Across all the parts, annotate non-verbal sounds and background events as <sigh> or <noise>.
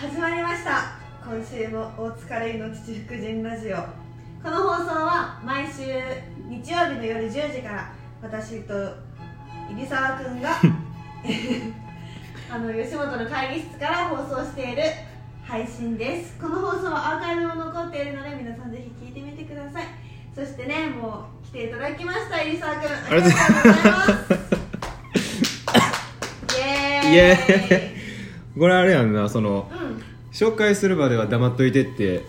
始まりました今週も大塚れいの父福神ラジオこの放送は毎週日曜日の夜10時から私と入澤く <laughs> んがあの吉本の会議室から放送している配信ですこの放送はアーカイブも残っているので皆さんぜひ聞いてみてくださいそしてねもう来ていただきました入澤くんありがとうございます <laughs> イエーイイエこれあれやんなそのうん紹介するまでは黙っといてってうん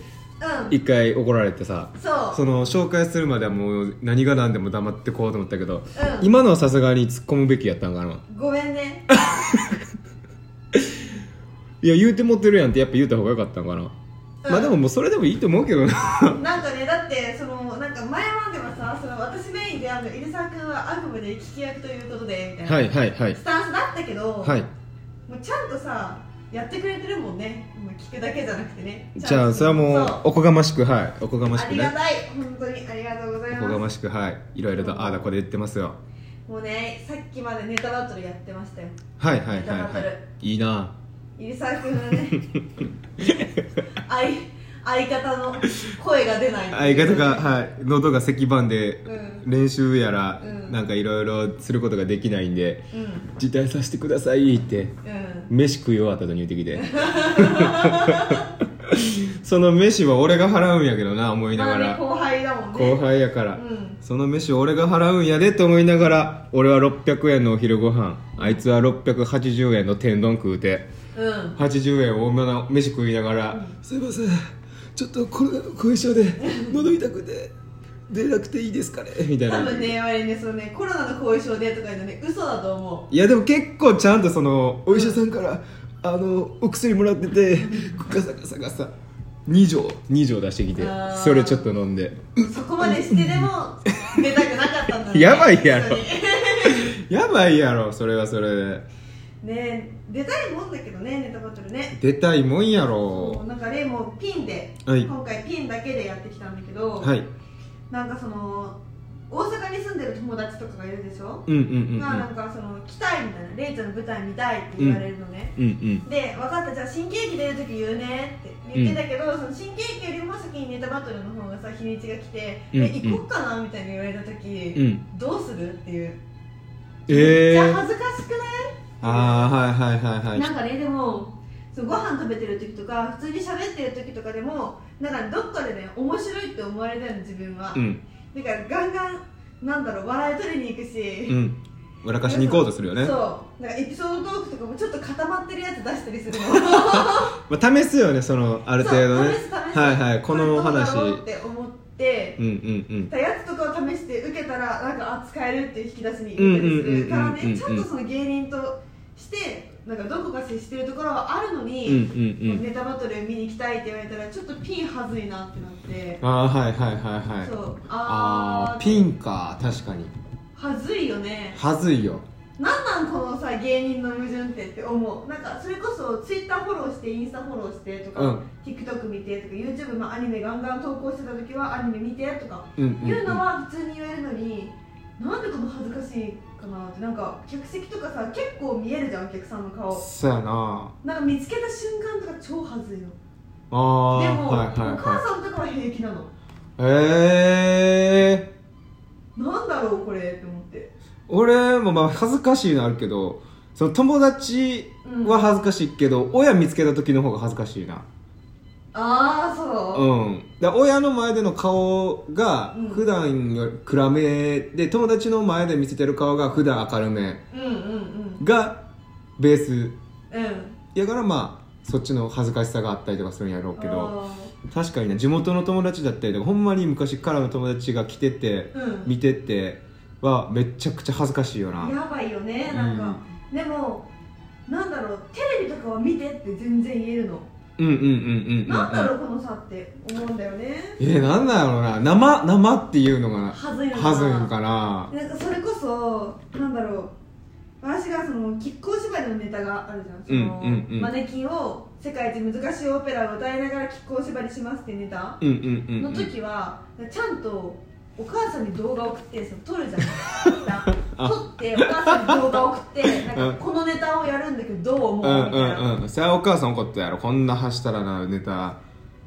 一回怒られてさそうその紹介するまではもう何が何でも黙ってこうと思ったけどうん今のはさすがに突っ込むべきやったんかなごめんねいや言うてもってるやんってやっぱ言うた方がよかったんかな、まあでももうそれでもいいと思うけどななんかねだってそのなんか前まではさその私メインであの入澤君は悪夢で聞き役ということでみたいな、 <laughs> はいはいはいスタンスだったけど、はいもうちゃんとさやってくれてるもんねもう聞くだけじゃなくてねじゃあそれはもうそおこがましくはいおこがましあくりがねたい本当にありがとうございおこがまますしくはいいろいろとああだこで言ってますよもうねさっきまでネタバトルやってましたよはいはいはいネタバトはルいいいな入澤君は <laughs> ね相相方の声が出ない相方が、はい、喉が石板でうん練習やら、うんなんかいろいろすることができないんでうん「辞退させてください」ってうん飯食い終わったとに言う <laughs> てきてその飯は俺が払うんやけどな思いなまがあねら後輩だもんね後輩やから、うんその飯俺が払うんやでと思いながら俺は600円のお昼ご飯あいつは680円の天丼食うてうん80円多めの飯食いながら「すいませんちょっとコロナの後遺症で喉痛くて出なくていいですかね」みたい多な分ねあれねそのねコロナの後遺症でとか言うのね嘘だと思いやでも結構ちゃんとそのお医者さんからあのお薬もらっててガサガサガサ2錠2錠出してきてあーそれちょっと飲んでうそこまでしてでも出たくなかったんだねやばいやろ本やばいやろそれはそれで当にね出たいもんだけどねネタバトルね出たいもんやもろうなんかねもうピンで、はい今回ピンだけでやってきたんだけど、はいなんかその大阪に住んでる友達とかがいるでしょ、うんうんうんまあなんかその来たいみたいなレイちゃんの舞台見たいって言われるのね、うんうんで「分かったじゃあ新喜劇出る時言うね」って言ってたけど、その新喜劇よりも先にネタバトルの方がさ日にちが来て「うんえ行こっかな」みたいに言われた時、うんどうするっていうええめっちゃー、恥ずかしくなああはいはいはいいはいなんかねでもそうご飯食べてる時とか普通に喋ってる時とかでもなんかどっかでね面白いって思われたいの自分は、うんだからガンガンなんだろう笑い取りに行くし、うん笑かしに行こうとするよね、そうなんかエピソードトークとかもちょっと固まってるやつ出したりするのまあ、試すよねそのある程度ねそう試す試すはいはいこのお話これどうだろうっうて思ってんうんうんたやつとかを試して受けたらなんかあ使えるっていう引き出しに入れたりするからうんうんうねんうんうんうんちゃんとその芸人としてなんかどこか接してるところはあるのうんうに、んうんネタバトル見に行きたいって言われたらちょっとピンはずいなってなって、ああーはいはいはいはいそうあああーピンか確かにはずいよねはずいよなんなんこのさ芸人の矛盾ってって思うなんかそれこそツイッターフォローしてインスタフォローしてとか、うん TikTok 見てとか YouTube のアニメガンガン投稿してた時はアニメ見てとかうんうん、う言うのん、は普通に言えるのに、なんでこの恥ずかしいかなってなんか客席とかさ結構見えるじゃんお客さんの顔そうやななんか見つけた瞬間とか超恥ずいのでああも、はいはいお母はさんとかは平気なのいええなんだろうこれって思って俺もまあ恥ずかしいのあるけどその友達は恥ずかしいけど、親見つけた時の方が恥ずかしいなああそう、うん、だ親の前での顔がうん普段より暗めで友達の前で見せてる顔が普段明るめうん、うんうんがベースうんやからまあそっちの恥ずかしさがあったりとかするんやろうけどあ確かにね地元の友達だったりとかほんまに昔からの友達が来ててーうん見ててはめちゃくちゃ恥ずかしいよなやばいよねなんか、でもなんだろうテレビとかは見てって全然言えるの、うんうんうんうんうんなんだうろんうこの差って思うんだよねえなんだろうな生生っていうのがはずいのかな恥ずいのかななんかそれこそなんだろう私がその亀甲芝居のネタがあるじゃんその、うんうんうんマネキンを世界一難しいオペラを歌いながら亀甲縛りしますってネタうんうんうんうのん時 <laughs> は、ちゃんとお母さんに動画送ってその撮るじゃん撮ってお母さんに動画送ってなんうんかこのネタをやるんだけどどう思ううみんたいな、うんうんさあお母さん怒ったやろこんなはしたらなネタ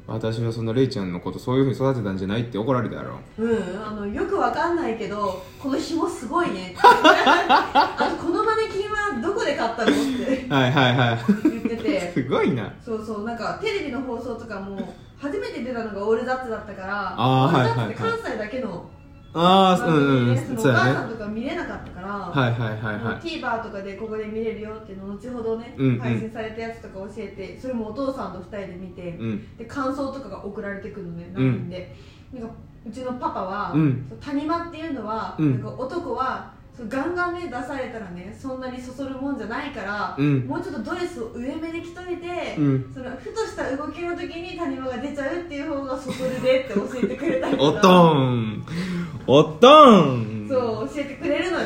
私はそんなレイちゃんのことそういうふうに育てたんじゃないって怒られたやろうん、あのよくわかんないけどこの紐すごい <laughs> ねってあとこのマネキンはどこで買ったのって <laughs> はいはいは言っていて <laughs> すごいなそうそうなんかテレビの放送とかも初めて出たのが「オールザッツ」だったからあーオールザッツ」ってはいはいはい関西だけのああ番うん組うでんそのおそうや母ねさんとか見れなかったから、はいはいはいもうはい TVer とかでここで見れるよっていうのを後ほどね、うんうん配信されたやつとか教えてそれもお父さんと2人で見て、うんで感想とかが送られてくるのねう LINE んで、なんかうちのパパは、うんそう谷間っていうのは、うんなんか男はそうガンガンね出されたらねそんなにそそるもんじゃないから、うんもうちょっとドレスを上目で着といて、うんそのふとした動きの時に谷間が出ちゃうっていう方がそそるでって教えてくれたりおとかっとんおっとんそう教えてくれるのよ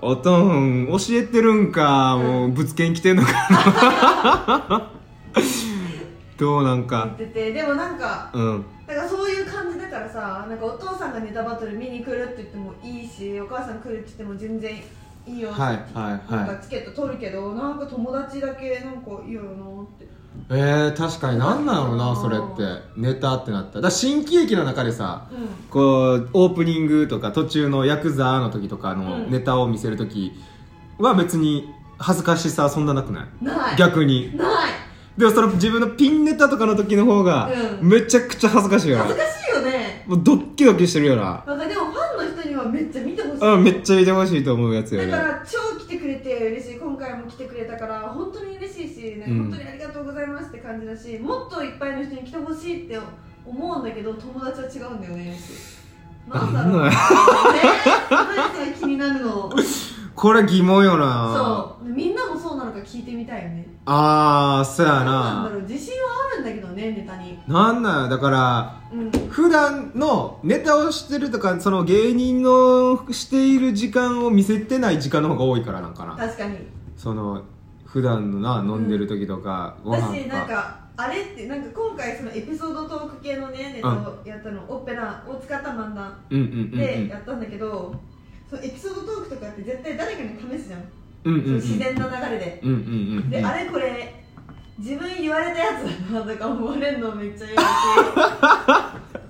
おとん教えてるんかもうぶつけに来てんのかな <laughs> どうな言っんかててでもなんかうんだからそういう感じだからさなんかお父さんがネタバトル見に来るって言ってもいいしお母さん来るって言っても全然いいよって、はいはいなんはかいチケット取るけどなんか友達だけなんかいいよなってえー、確かになんなのなそれってネタってなっただから新喜劇の中でさうこうオープニングとか途中のヤクザの時とかのうんネタを見せる時は別に恥ずかしさはそんななくないんない逆にないでもその自分のピンネタとかの時の方がうんめちゃくちゃ恥ずかしいよな恥ずかしいよねもうドッキドキしてるよななんかでもファンの人にはめっちゃ見てほしいうん、めっちゃ見てほしいと思うやつよだねか。ら超来てくれて嬉しい今回も来てくれたから本当に嬉しいし、ねうん本当にありがとうございますって感じだしもっといっぱいの人に来てほしいって思うんだけど友達は違うんだよねなんだろうなんだねよ何が気になる <laughs> のこれ疑問よな。そうみんなもそうなのか聞いてみたいよねあー、そうやどうなんだな。ろう自信はあるんだけどねネタになんなんよだから、うん普段のネタをしてるとか、その芸人のしている時間を見せてない時間の方が多いからなんかな。確かにその、普段のな、飲んでる時とか、ごだ飯しとなんか。かあれってなんか今回そのエピソードトーク系のねネタをやったの、オペラを使った漫談うんうんうんでやったんだけど、そのエピソードトークとかって絶対誰かに試すじゃん、うん。うんそうんうのん。自然な流れで、うんうんうん。であれこれ自分言われたやつだなとか思われるのめっちゃ嫌 <laughs> だし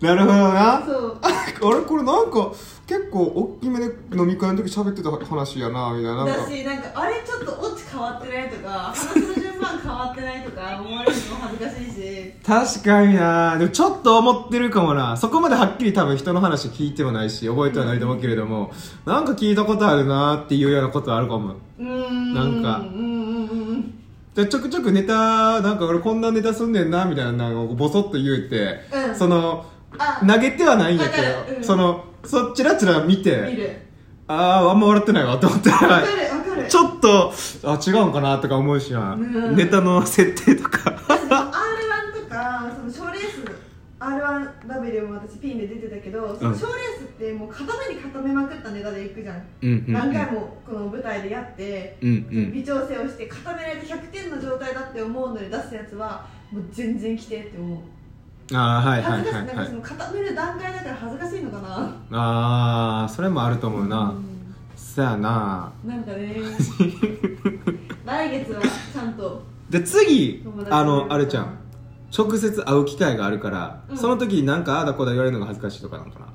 なるほどな。そう <laughs> あれこれなんか、結構大きめで飲み会の時喋ってた話やな、みたいな。なんかだしなんかあれちょっとオチ変わってないとか話の順番変わってないとか思われるのも恥ずかしいし確かになでもちょっと思ってるかもなそこまではっきり多分人の話聞いてもないし覚えてはないと思うけれども、なんか聞いたことあるなっていうようなことあるかもうーんなんかうんうんうんうんでちょくちょくネタなんか俺こんなネタすんねんなみたいななんかボソッと言うて、うんそのあ投げてはないんやけわかど、るうんそのそっちらちら見て見るあああんま笑ってないわと思 <laughs> ったわらかるわかるちょっとあ違うんかなとか思うしな、うんネタの設定とか R1 とかその賞レース R1W も私ピンで出てたけどその賞レースってもう固めに固めまくったネタでいくじゃん、うんうんうん何回もこの舞台でやって、うんうん微調整をして固められて100点の状態だって思うのに出すやつはもう全然来てって思うああはいは恥いずかし、はいいなんかはいその固める段階だから恥ずかしいのかなああそれもあると思うな、んそやななんか <laughs> ね来月はちゃんとで次友達あのあれちゃん直接会う機会があるから、うんその時になんかああだこうだ言われるのが恥ずかしいとかなんかな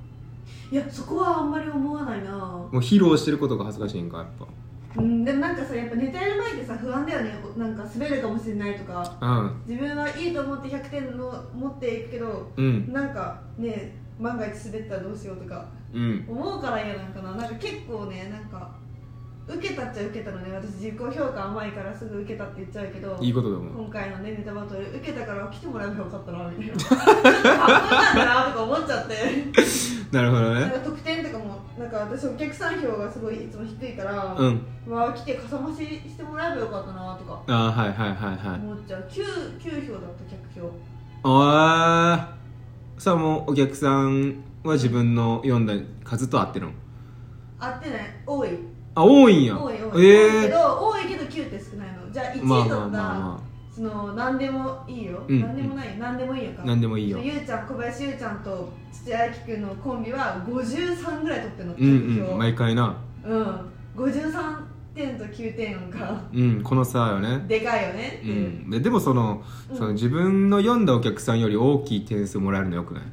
いやそこはあんまり思わないなもう披露してることが恥ずかしいんかやっうん、でもなんかさやっぱネタやる前ってさ不安だよねなんか滑るかもしれないとかぱうん自分はいいと思って100点の持っていくけどうんなんかね万が一滑ったらどうしようとかうん思うから嫌なんかななんか結構ねなんか受けたっちゃ受けたのね私自己評価甘いからすぐ受けたって言っちゃうけどいいことだもん今回のねネタバトル受けたから来てもらえばよかったなみたいなちょっと半分なんだなとか思っちゃってなるほどなんねか得点とかもなんか私お客さん票がすごいいつも低いから、うんわあ来てかさ増ししてもらえばよかったなとかああはいはいはいはい思っちゃう 9, 9票だった客票ああさあもうお客さんは自分の読んだ数と合ってるの合ってない多いあ多いんや多い多い、多いえけえど多いけど9って少ないのじゃあ1位まあ取った、まあまあまその何でもいいよ、うん何でもないよ何でもいいよあか何でもいいよゆうちゃん小林ゆうちゃんと土屋あきくんのコンビは53ぐらい取ってるのうんうん票、毎回なうん53点と9点がうんこの差よねでかいよねってういう、ん、ででもそのうんその自分の読んだお客さんより大きい点数もらえるのよくない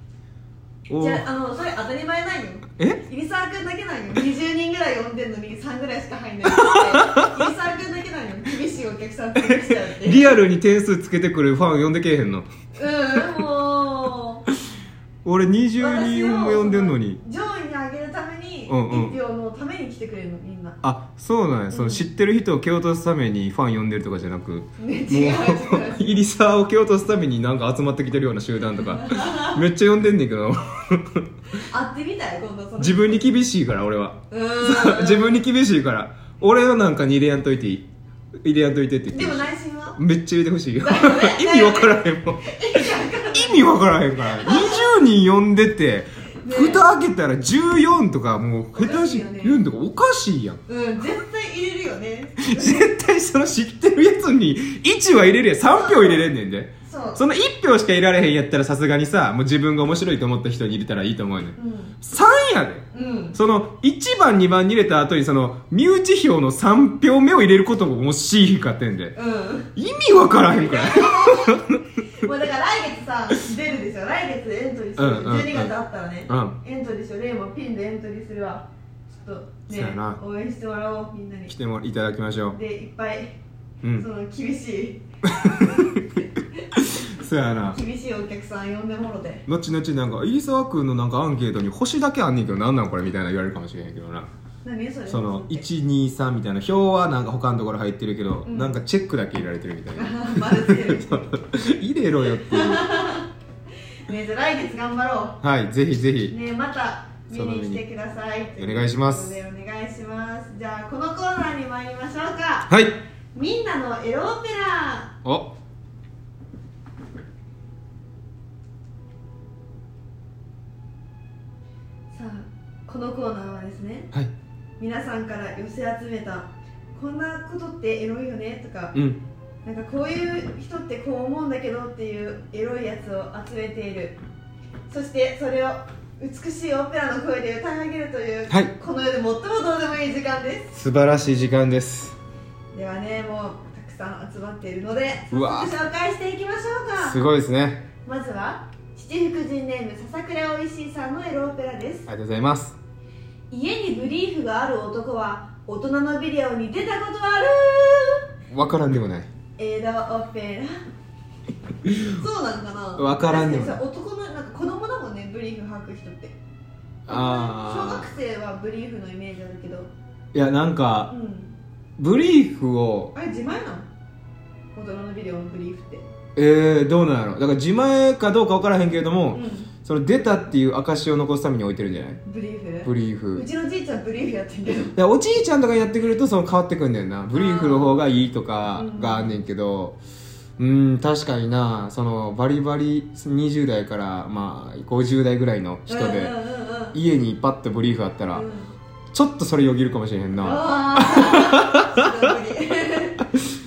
おじゃああのそれ当たり前ないよえ入沢君だけなんよ20人ぐらい呼んでんのに3ぐらいしか入んないって入沢君だけなんよ厳しいお客さんつけてきちゃうってリアルに点数つけてくるファン呼んでけえへんのうんもう俺20人も呼んでんのに私を上位に上げるために一うんうん票のために来てくれるのみんな、あそうなんやその知ってる人を蹴落とすためにファン呼んでるとかじゃなくね、もう違う違うイリサーを蹴落とすためになんか集まってきてるような集団とかめっちゃ呼んでんねんけど会ってみたい今度その自分に厳しいから俺 <laughs> はうーん自分に厳しいから俺のなんかに入れやんといていい入れやんといてって言ってでるも内心はめっちゃ入れてほしいよね <laughs> 意味わからへんもん <laughs> 意味わからへんから20人呼んでてね蓋開けたら14とかもう下おか手ししいよね4とかおかしいやんうん絶対入れるよね絶対その知ってるやつに1は入れるやん3票入れれんねんでそうその1票しか入れられへんやったらさすがにさもう自分が面白いと思った人に入れたらいいと思うねんうん3やでうんその1番2番に入れた後にその身内票の3票目を入れることも惜しい日かってんでうん意味わからへんからもうだから来月さ出るでしょ来月エントリーすうんうんうんる12月あったらねうんエントリーしようレイもピンでエントリーするわちょっとそうねやな応援してもらおうみんなに来てもいただきましょでいっぱい、ううそのん厳しいそうやな厳しいお客さん呼んでもろて後々なんか入沢君のなんかアンケートに星だけあんねんけどなんなんこれみたいな言われるかもしれへんけどな何それその一123みたいな表はなんか他のところ入ってるけど、うんなんかチェックだけ入れられてるみたいな <laughs> 丸つける入れろよっていうねじゃあ来月頑張ろはいぜひぜうひねまた見に来てくださいお願いしますということでお願いしますじゃあこのコーナーに参りましょうかはいみんなのエロオペラおさあこのコーナーはですねはい皆さんから寄せ集めたこんなことってエロいよねとかうんなんかこういう人ってこう思うんだけどっていうエロいやつを集めているそしてそれを美しいオペラの声で歌い上げるという、はいこの世で最もどうでもいい時間です素晴らしい時間ですではねもうたくさん集まっているのでうわ早速紹介していきましょうかすごいですねまずは七福神ネーム笹倉おいしいさんのエロオペラですありがとうございます家にブリーフがある男は大人のビデオに出たことあるわからんでもないエロオ <laughs> ペラそうなのかなわからんでもだってさ男のなんか子供だもんねブリーフ履く人って小あ学生はブリーフのイメージあるけどいやなんうかんブリーフをあれ自前なの大人のビデオのブリーフってえー、どうなんやろだから自前かどうかわからへんけれども、うその出たっていう証を残すために置いてるんじゃないんブリーフブリーフうちのじいちゃんブリーフやってんけどでおじいちゃんとかにやってくるとその変わってくんだよなブリーフの方がいいとかがあんねんけどうん確かになそのバリバリ20代からまあ50代ぐらいの人うんうんでうんうん家にパッとブリーフあったらうんちょっとそれよぎるかもしれへんなああ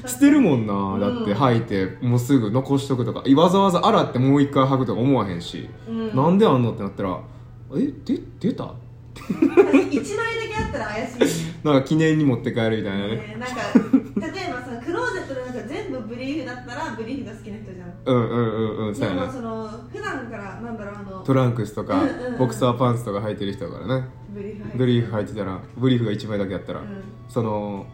捨てるもんなだってうん履いてもうすぐ残しとくとかわざわざ洗ってもう一回履くとか思わへんしなんであんのってなったらえで出た一枚だけあったら怪しいよねなんか記念に持って帰るみたいなねねなんか例えばさクローゼットの中全部ブリーフだったらブリーフが好きな人じゃんうんうんうんうんそうでやもなその普段からなんだろうあのトランクスとかうんうんうんボクサーパンツとか履いてる人だからねブリーフ入ってブリーフ履いてたらブリーフが1枚だけあったら、その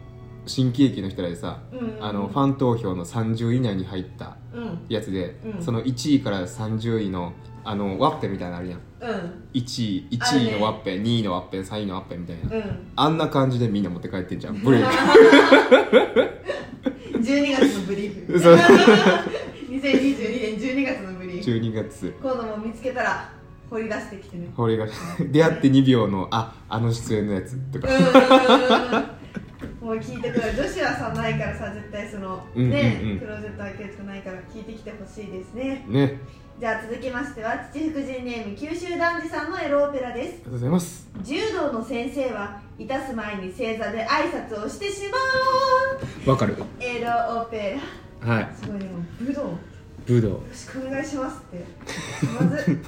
新喜劇の人らでさ、うんうんうんあのファン投票の30位以内に入ったうんうんやつで、うんその1位から30位のあのワッペンみたいなのあるやんうん1位ある1ね位のワッペン、2位のワッペン3位のワッペンみたいな、うんあんな感じでみんな持って帰ってんじゃんブ <laughs> リー12月のブリーフ <laughs> そう2022年12月のブリーフフ12月今度も見つけたら掘り出してきて <laughs> ね俺が出会って2秒のああの出演のやつとうか、ーんもう聞いてくれ女子はさないからさ絶対そのうんうんうんね、クローゼット開けるとかないから聞いてきてほしいですねねじゃあ続きましては父福神ネーム九州男児さんのエロオペラですありがとうございます柔道の先生はいたす前に正座で挨拶をしてしまうわかるエロオペはいラすごいねもう武道よ武道ろしくお願いしますってまず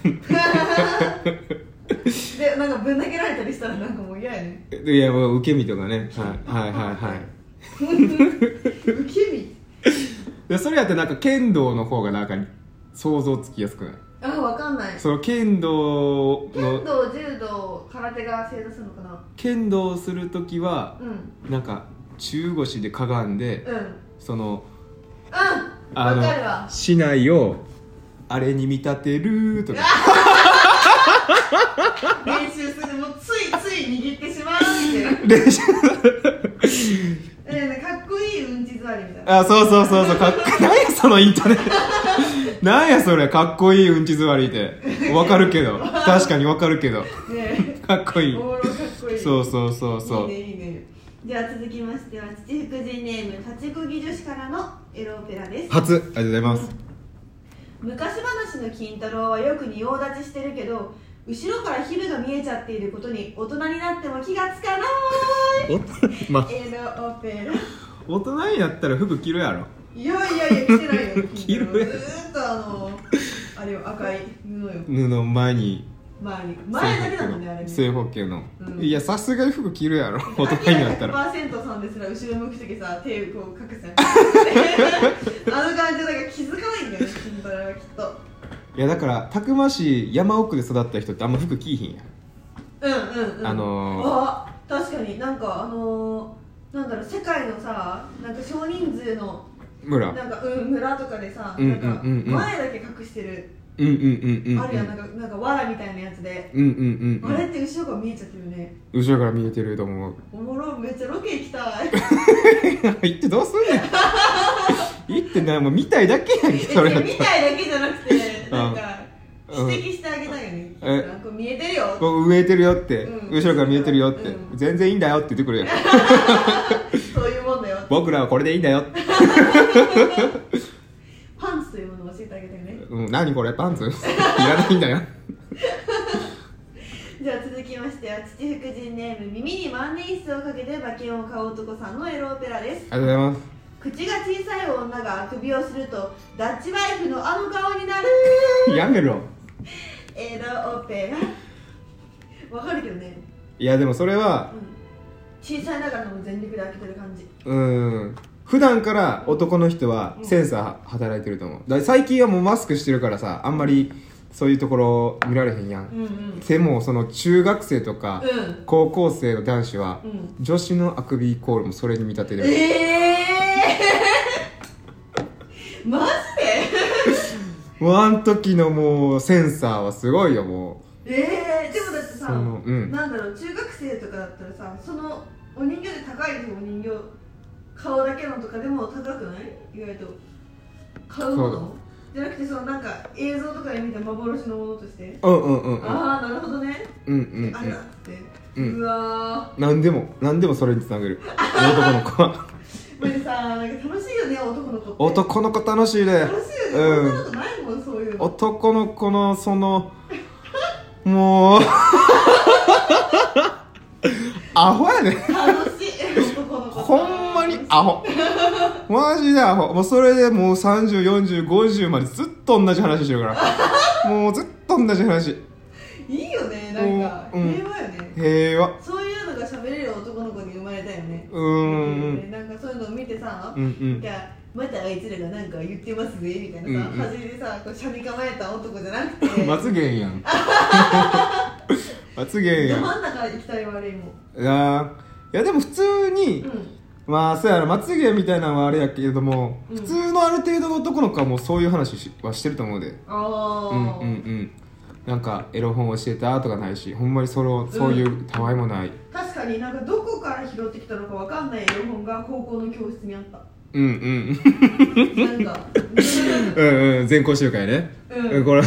でなんかぶん投げられたりしたらなんかもう嫌やねいやもう受け身とかね、はい、はいはいはい受け身でそれやってなんか剣道の方がなんか想像つきやすくないあわかんないその剣道剣の道柔道空手が正座するのかな剣道する時はうんうんなんか中腰でかがんでうんそのわかるわ市内をあれに見立てるとか <laughs> 練習するもうついつい握ってしまうって <laughs> いう練習えなんかかっこいいうんち座りみたいなあそうそうそうそうかっこなんやそのイントネ <laughs> なんやそれかっこいいうんち座りってわかるけど確かにわかるけどねかっこいえい <laughs> おもろかっこいいそうそうそうそういいねいいねでは続きましては父福神ネーム立ちこぎ女子からのエロオペラです初ありがとうございます昔話の金太郎はよく仁王立ちしてるけど後ろからヒルが見えちゃっていることに大人になっても気がつかなおまあーいエロオペラ大人になったら服着るやろいやいやいや着てない <laughs> よ着る金太郎ずーっとあのあれよ赤い布よ布の前に前に前だけなのねあれね正方形の、うんいやさすがに服着るやろ大人になったら100%さんですら後ろ向くときさ手をこう隠す <laughs> やんあの感じだから気づかないんだよね金太郎はきっといやだからたくましい山奥で育った人ってあんま服着いひんやんうんうんうんあのーあ確かになんかあのー、なんだろう世界のさなんか少人数の村なんか、うん、村とかでさ、うんなんかうんうんうん前だけ隠してる、うんうんうんうんうんあるやんなんかなんか藁みたいなやつで、うんうんうんあれって後ろから見えちゃってるね後ろから見えてると <laughs> 思うおもろめっちゃロケ行きたい行ってどうすん <laughs> ねん行ってなもう見たいだけやんけそれやっ <laughs> 見たらたいだけじゃなくてなんかうん指摘してあげたいよね、えなんか見えてるよこう植えてるよって、うん後ろから見えてるよって、うん全然いいんだよって言ってくるやんそういうもんだよ僕らはこれでいいんだよって、パンツというものを教えてあげたよねうん、何これパ <laughs> ンツいらないんだよじゃあ続きましては父福神ネーム耳に万年筆をかけて馬券を買う男さんのエロオペラですありがとうございます口が小さい女があくびをするとダッチワイフのあの顔になるやめろエロオペラわかるけどね、いやでもそれうん、は小さいながらも全力で開けてる感じうん普段から男の人はセンサー働いてると思うだから最近はもうマスクしてるからさあんまりそういうところ見られへんや、うんんうんでもその中学生とかうん高校生の男子はうん女子のあくびイコールもそれに見立てるえー、 <laughs> マジもうあん時のもうセンサーはすごいよもでえー、でもだってうそさのうんなんだろう中学生とかだったらさそのお人形で高いお人形顔だけのとかでも高くない意外と買うもそうだのじゃなくてそのなんか映像とかで見た幻のものとしてうんうんうんうんああなるほどね、うんうんあらって、ううんわ何でも何でもそれにつなげる男の子はーこれさなんか楽しいよね男の子って男の子楽しいね楽しいよね、うん女の子ないもんそういうの <laughs> 男の子のそのもうアホやね楽しい男の子ほんまにアホマジでアホもうそれでもう304050までずっと同じ話してるからもうずっと同じ話いいよねなんかうん平和よね、平和そういうのが喋れる男の子に生まれたよねうーんなんかそういうのを見てさ、うんうんいやまたあいつらがなんか言ってますぜみたいなさ、うんうん初めてさこうしゃに構えた男じゃなくてまつげんやんまつげんやどん真ん中行きたい悪いもんいやーいやでも普通に、うまあそうやなまつげみたいなのはあれやけれども、うん普通のある程度の男の子はもうそういう話しはしてると思うでんああ、うんうんうんなんかエロ本教えたとかないしほんまにそのそういうたわいもない確かになんかどこから拾ってきたのかわかんない絵本が高校の教室にあったうんうんなん <laughs> かうんうん全校集会ね、うんうん、これ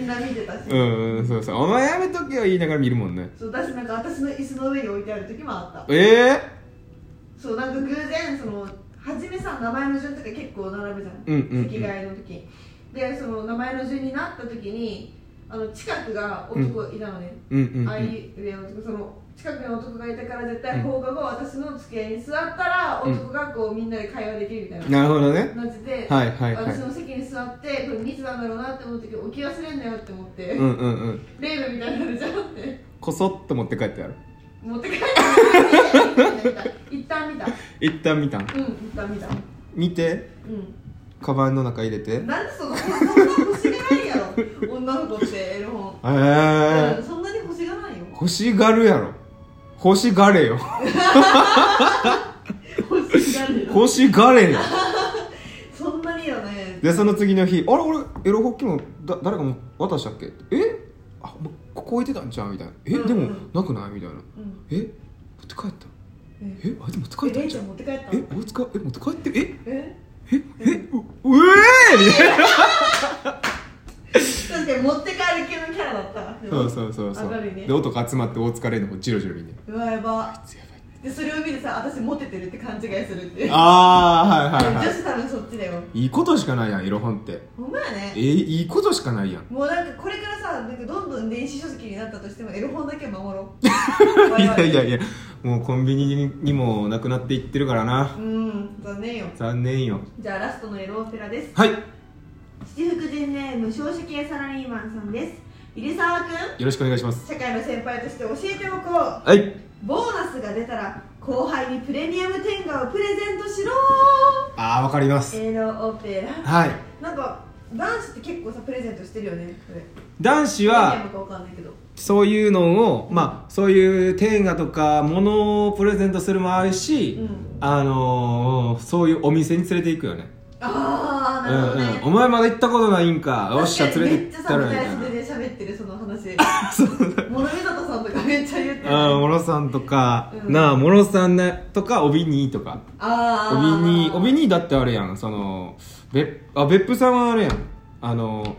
みんな見てたし、うんうんそうそうお前やめとけよ言いながら見るもんねそうだしなんか私の椅子の上に置いてある時もあったええそうなんか偶然そのはじめさ名前の順とか結構並ぶじゃん,、うんうんうん席替えの時でその名前の順になった時にあの近くが男いたのね、うんうんうんあいうえ男その近くに男がいたから絶対放課後私の机に座ったらうん男がこうみんなで会話できるみたいななるほどね感じで、はいはいはい私の席に座ってこれ見てたんだろうなって思ったけど置き忘れんなよって思って、うんうんうんレールみたいになるじゃんってこそっと持って帰ってやる持って帰 <laughs> って一旦見た一旦見たんうん一旦見た見てうカバンの中入れてえんなんでそのそんな欲しがないやろ女の子ってエロ本、えうんそんなに欲しがないよ欲しがるやろ欲しがれよ <laughs> 欲しがるよ欲しがれよそんなによねでその次の日「あれ俺エロホッキもだ誰かも渡したっけ?」えあもうここ置いてたんちゃう?」みたいな「え、うんでもなくない?」みたいなうん「え持って帰ったええあいつ持って帰えったレんイちちゃゃうん持って帰ったえあいつかえ持って帰ってええええううえー!」みたいなだって持って帰る系のキャラだったわそうそうそうそわかるう、ねで男集まって大疲れの方ジロジロ見てうわやばあいつやばいでそれを見てさ私モテてるって勘違いするってああはいはい女は子多分そっちだよいいいことしかないやんエロ本ってほんまやえねいいことしかないやんもうなんかこれからさなんかどんどん電子書籍になったとしてもエロ本だけは守ろういやいやいややもうコンビニにもなくなっていってるからなうん残念よ残念よじゃあラストのエロオペラですはい七福神ネーム少子系サラリーマンさんです入沢くんよろしくお願いします社会の先輩として教えておこうはいボーナスが出たら後輩にプレミアム天下をプレゼントしろああわかりますエロオペラはいなんか男子って結構さプレゼントしてるよねこれ男子何は年もかわかんないけどそういうのをまあそういう天下とか物をプレゼントするもあるし、うんあのー、そういうお店に連れて行くよねああなうるんほどうんね、お前まだ行ったことないんかよっしゃ連れてめっ行ちっゃたさら舞みたい台な袖で喋ってるその話諸見里さんとかめっちゃ言ってるあーモロさんとか、うんなあモロさんねとか帯にとかあ帯に帯ににだってあれやんそのべあ別府さんはあれやんあの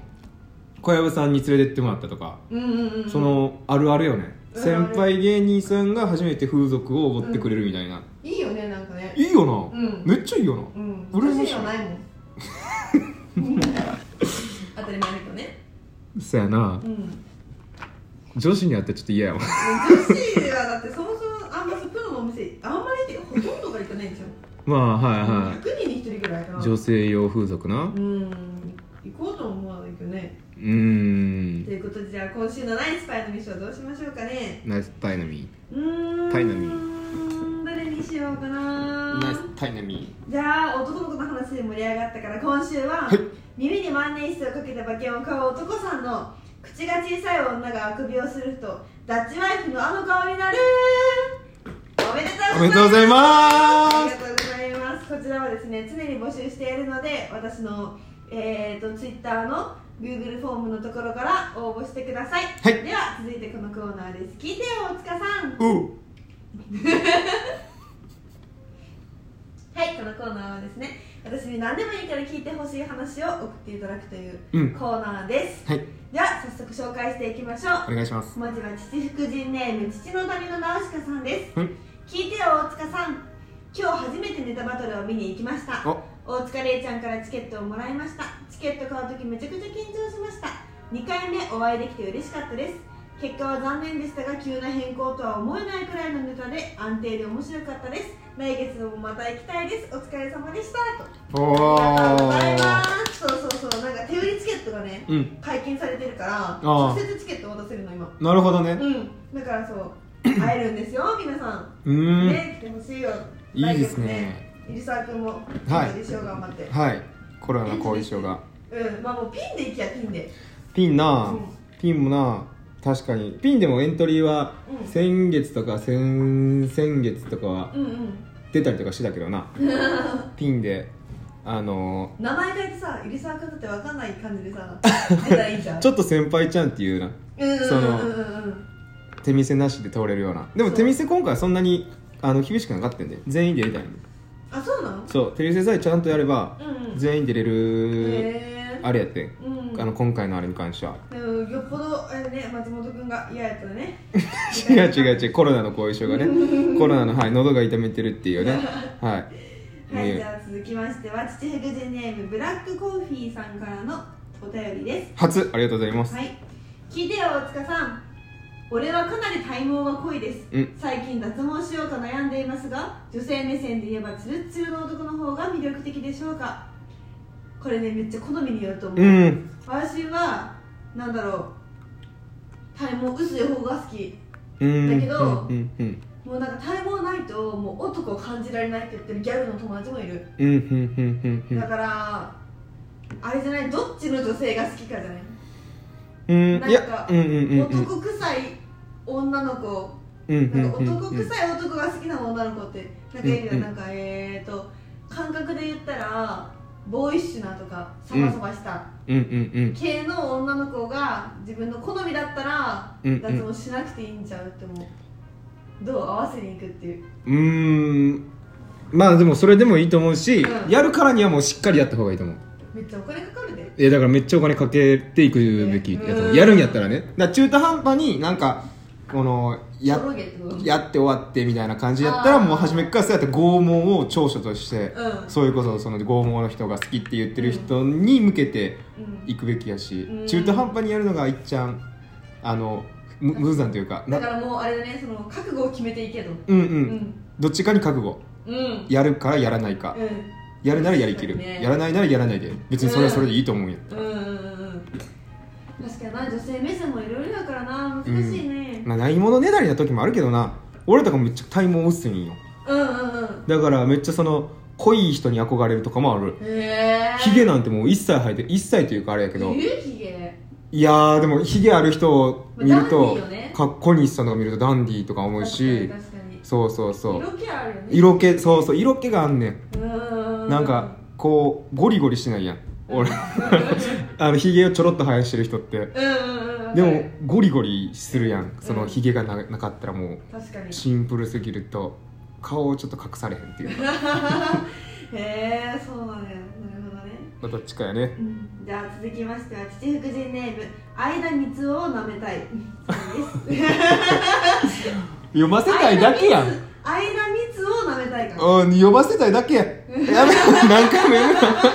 小籔さんに連れてってもらったとかうんうんうんそのあるあるよねうん先輩芸人さんが初めて風俗をおごってくれるみたいな、いいよねなんかねいいよな、うんめっちゃいいよな、うん羨ま私しいにはない <laughs> もん当たり前だけどねそやなうん女子に会ってちょっと嫌やわ女子はだってそもそもあんまりプロのお店あんまりっていうかほとんどが行かないんじゃん <laughs> まあはいは100人に1人ぐらいかない女性用風俗なうん行こうとも思わないけどねうーんということでじゃあ今週のナイスパイのミッションどうしましょうかねナイスダイナミうーんパイの実誰にしようかーナイスなダイナミじゃあ男の子の話で盛り上がったから今週は、はい耳に万年筆をかけた馬券を買う男さんの口が小さい女があくびをするとダッチワイフのあの顔になるおめでーおめでとうございあまりすがとうございます。こちらはですね、常に募集しているので、私の、えー、と Twitter の Google フォームのところから応募してください。はいでは、続いてこのコーナーです。聞いてよ、大塚さん。ううはい、このコーナーはですね、私に何でもいいから聞いてほしい話を送っていただくといううんコーナーです。はいでは、早速紹介していきましょう。お願いしますまずは父福神ネーム父の谷のナウシカさんです、はい聞いてよ大塚さん今日初めてネタバトルを見に行きました大お塚玲ちゃんからチケットをもらいましたチケット買う時めちゃくちゃ緊張しました2回目お会いできて嬉しかったです結果は残念でしたが急な変更とは思えないくらいのネタで安定で面白かったです来月もまた行きたいですお疲れ様でしたとおありがとうございまーすそうそうそうなんか手売りチケットがねうん解禁されてるからー直接チケットを渡せるの今なるほどねうん、だからそう <coughs> 会えるんですよ皆さん、うーんね来てほしいよいいですね入沢君もはいでしょう頑張ってはいコロナ後遺症がうんまあもうピンで行きゃピンでピンな、うんピンもな確かにピンでもエントリーはうん先月とか先先月とかはうんうん出たりとかしてた <laughs> けどなピンであの名前変えてさ入沢君だって分かんない感じで <laughs> さ出たらいいじゃんーちょっと先輩ちゃんっていうなうんうんうんそのうんうん手見せなしで通れるようなでもそう手見せ今回はそんなにあの厳しくなかったんで全員でやりたいのあそうなのそう手見せさえちゃんとやればうんうんへ全員出れるえあれやってんうんあの今回のあれに関しては <laughs> でもよっぽどあれね松本君が嫌やったら <laughs> ね違う違う違うコロナの後遺症がねコロナの、はい、喉が痛めてるってい <laughs> うねははいい、ねじゃあ続きましては父福神ネームブラックコーヒーさんからのお便りです初ありがとうございますはい聞いてよ大塚さん俺はかなり体毛が濃いです、うん最近脱毛しようか悩んでいますが女性目線で言えばツルッツルの男の方が魅力的でしょうかこれねめっちゃ好みによると思う、うん私はなんだろう体毛薄い方が好きうんだけどうんうんもうなんか体毛ないともう男を感じられないって言ってるギャルの友達もいる、うんうんうんうんうんだからあれじゃないどっちの女性が好きかじゃない、うんないんかやうんうんうんうん男臭い女の子うんなんかうんうん男臭い男が好きな女の子ってなんかいるようんなんかえーと感覚で言ったらボーイッシュなとかサバサバしたうんうんうん系の女の子が自分の好みだったらうんうん脱毛しなくていいんちゃうって思うどう合わせにいくっていううーんまあでもそれでもいいと思うし、うんやるからにはもうしっかりやった方がいいと思うめっちゃお金かかるでいやだからめっちゃお金かけていくべきやと思ううんやるんやったらねだから中途半端になんかこのやちょろげってことやって終わってみたいな感じやったらあーもう初めっからそうやって拷問を長所として、うんそれこそその拷問の人が好きって言ってる人に向けてうんいくべきやし、うん中途半端にやるのがいっちゃんあのむ無残というかだなからもうあれだねその覚悟を決めていいけどうんううんんどっちかに覚悟うんうんやるかやらないかうんやるならやりきる、ねやらないならやらないで別にそれはそれでいいと思うんや、うんうん確かにな女性目線もいろいろだからな難しいねまあ、ないものねだりな時もあるけどな俺とかめっちゃ体毛薄いんようんうんうんだからめっちゃその濃い人に憧れるとかもあるへえヒゲなんてもう一切生えて一切というかあれやけどいるヒゲいやーでもヒゲある人を見るまあダンとディーよねかっこにしさんとか見るとダンディーとか思うし確かにそうそうそ確かうに色気あるよね色気そうそう色気があんねんうんうんうんなん <laughs> かこうゴリゴリしてないやん俺あのヒゲをちょろっと生やしてる人ってうんうんうんでわかもるゴリゴリするやんそのうんヒゲがななかったらも確かにうシンプルすぎると顔をちょっと隠されへんっていうかへえそうなんやなるほどね、まあどっちかやねうん、じゃあ続きましては父福神ネーム相田光雄を舐めたいそうです呼ばせたいだけやんうん相田光雄を舐めたいから呼ばせたいだけやんやめろ何回も言う <laughs>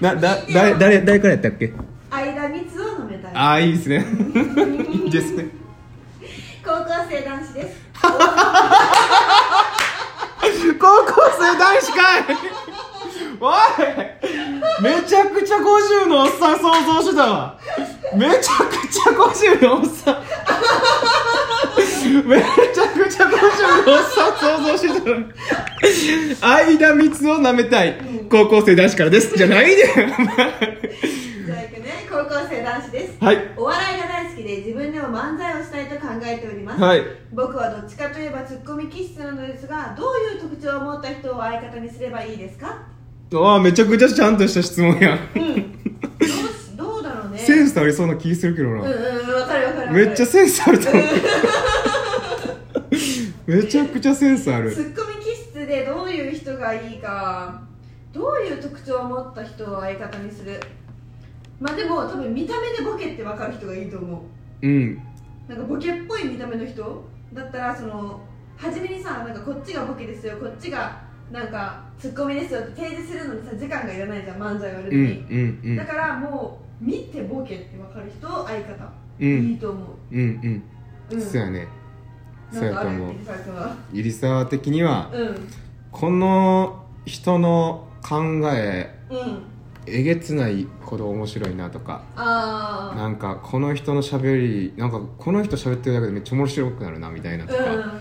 ななだ誰誰誰からやったっけ相田光雄を舐めたいああいいですねいい <laughs> ですね高校生男子です高校生男子かいおいめちゃくちゃ50のおっさん想像してたわめちゃくちゃ50のおっさんめちゃくちゃ50のおっさん想像してたわ間密を舐めたい高校生男子からですじゃないでじゃあいくね高校生男子ですはいお笑いが大好きで自分でも漫才をしたいと考えております、はい僕はどっちかといえばツッコミ気質なのですがどういう特徴を持った人を相方にすればいいです <laughs> かああめちゃくちゃちゃんとした質問やんうんどうしどうだろうねセンスありそうな気するけどうんな、うんうんわかるわかるわかるめっちゃセンスあると思うめちゃくちゃセンスあるツッコミ気質でどういう人がいいかどういう特徴を持った人を相方にするまあでも多分見た目でボケってわかる人がいいと思うんうなんかボケっぽい見た目の人だったらその初めにさなんかこっちがボケですよこっちがなんかツッコミですよって提示するのにさ時間がいらないじゃん漫才をやるのうに、んうんだからもう見てボケって分かる人相方、うんうんいいと思う、うんううんん、そうやねそうなんやかとある思うリサ君は入り沢的にはうんこの人の考えうんえげつないほど面白いなとかあなんかこの人の喋りなんかこの人喋ってるだけでめっちゃ面白くなるなみたいなあとかう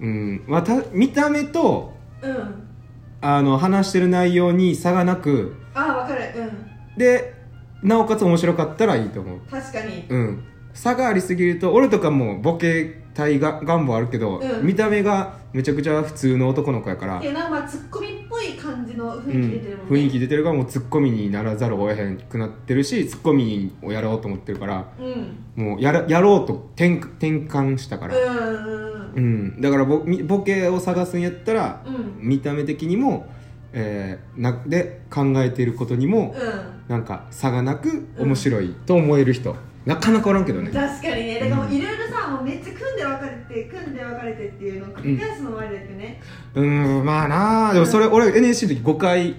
うんまた見た目とんうんあの話してる内容に差がなくああ分かるうんでなおかつ面白かったらいいと思う確かにうん差がありすぎると俺とかもボケたいが願望あるけど、うん見た目がめちゃくちゃ普通の男の子やから、けどなんかまあツッコミっぽい感じのうん、雰囲気出てるもんね、雰囲気出てるからもうツッコミにならざるを得へんくなってるしツッコミをやろうと思ってるからうんもうやらやろうと転転換したから、うんうんうん、だからボみボケを探すんやったらうんうん見た目的にも、えーなで考えていることにもなんか差がなくうん面白いと思える人、なかなかおらんけどうんね確かにねだからもういろいろさもうめっちゃ組んで分かれて組んで分かれてっていうのを繰り返すのもあれだけどね、うーんまあなあでもそれ、俺 NSC の時5回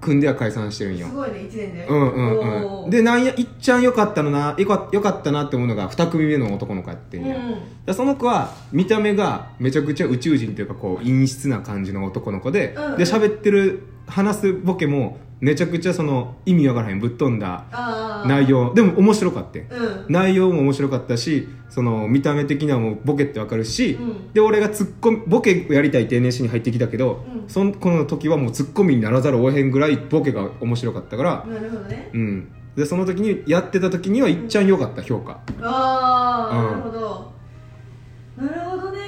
組んでは解散してるんよすごいね1年でうんうんうんでなんやいっちゃんよかったのなよかよかったなって思うのが2組目の男の子やってうんんや、だからその子は見た目がめちゃくちゃ宇宙人というかこう陰湿な感じの男の子で、うんうんで喋ってる話すボケもめちゃくちゃその意味わからへんぶっ飛んだああ内容でも面白かったんうん内容も面白かったしその見た目的にはもうボケってわかるし、うんで俺がツッコミボケやりたいって NSC に入ってきたけど、うんそのこの時はもうツッコミにならざるを得へんぐらいボケが面白かったから、なるほどねうん、でその時にやってた時にはいっちゃん良かった評価ああ、うんなるほどなるほどね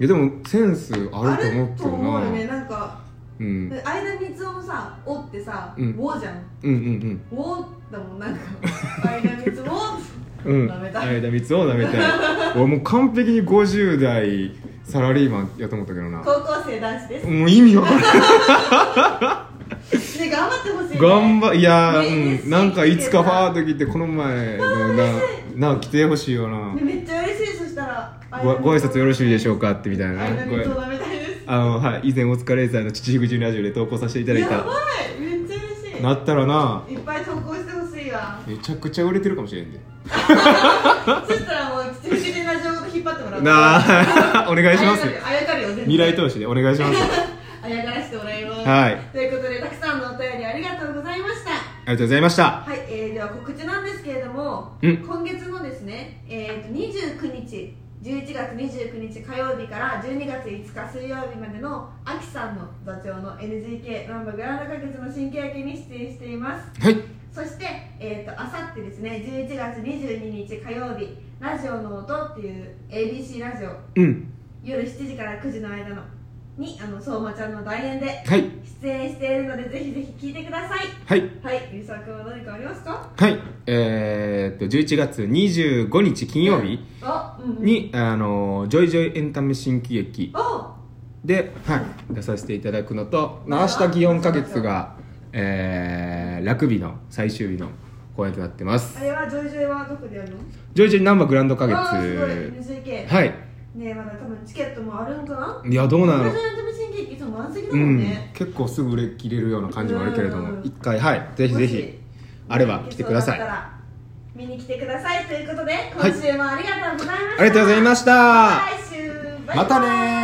いやでもセンスあると思うけどあなると思うよねなんかうん、間に三つもさ「お」ってさ「うんお」じゃんうんうん「お」だもんなんか間に三つもうんうん舐めたい間つをなめたい <laughs> 俺もう完璧に50代サラリーマンやと思ったけどな高校生男子でもう意味わか <laughs> らないすね頑張ってほしいね頑張いやねー、うん、なんかいつかファーと来てこの前 <laughs> のなな来てほしいよなねめっちゃ嬉しいそしたらごご挨拶よろしいでしょううかってみたいな間ねに三ご挨つも舐めたいですあの、はい、以前お疲れさんの父福神ラジオで投稿させていただいやばたいめっちゃ嬉しいなったらないっぱい投稿してほしいわめちゃくちゃ売れてるかもしれんでそしたらもう父親的な情報と引っ張ってもらってなあ <laughs> お願いしますあやかるよ全然未来投資でお願いしますあやからしてもらいます、はいということでたくさんのお便りありがとうございましたありがとうございましたはい、えーでは告知なんですけれども、うん今月のですね、えー、と29日11月29日火曜日から12月5日水曜日までのあきさんの座長の NGK ナンバーグランド花月の新規明けに出演していますはいそして、えー、とあさってですね11月22日火曜日「ラジオの音」っていう ABC ラジオうん夜7時から9時の間のにあの相馬ちゃんの代演ではい出演しているのでぜひぜひ聞いてくださいはいはいゆうさくんは何かありますかはいえー、っと11月25日金曜日あうんうんに、あのジョイジョイエンタメ新喜劇おで、はい、出させていただくのとまあ明日祇園花月が、えー、ラグビーの最終日の公演となってますあれはジョイジョイはどこでやるのジョイジョイナンバーグランド花あー月すごい NCK はいねえまだ多分チケットもあるんかないやどうなジョのイジョイエンタメ新喜劇いつも満席だうもんんね、結構すぐ売れ切れるような感じもあるけれどうもん一回はいぜひぜもひしあれば来てくださいそうっあたら見に来てくだささいということではい今週もありがとうございました、りがとうございましたまた来週バイバイまたねー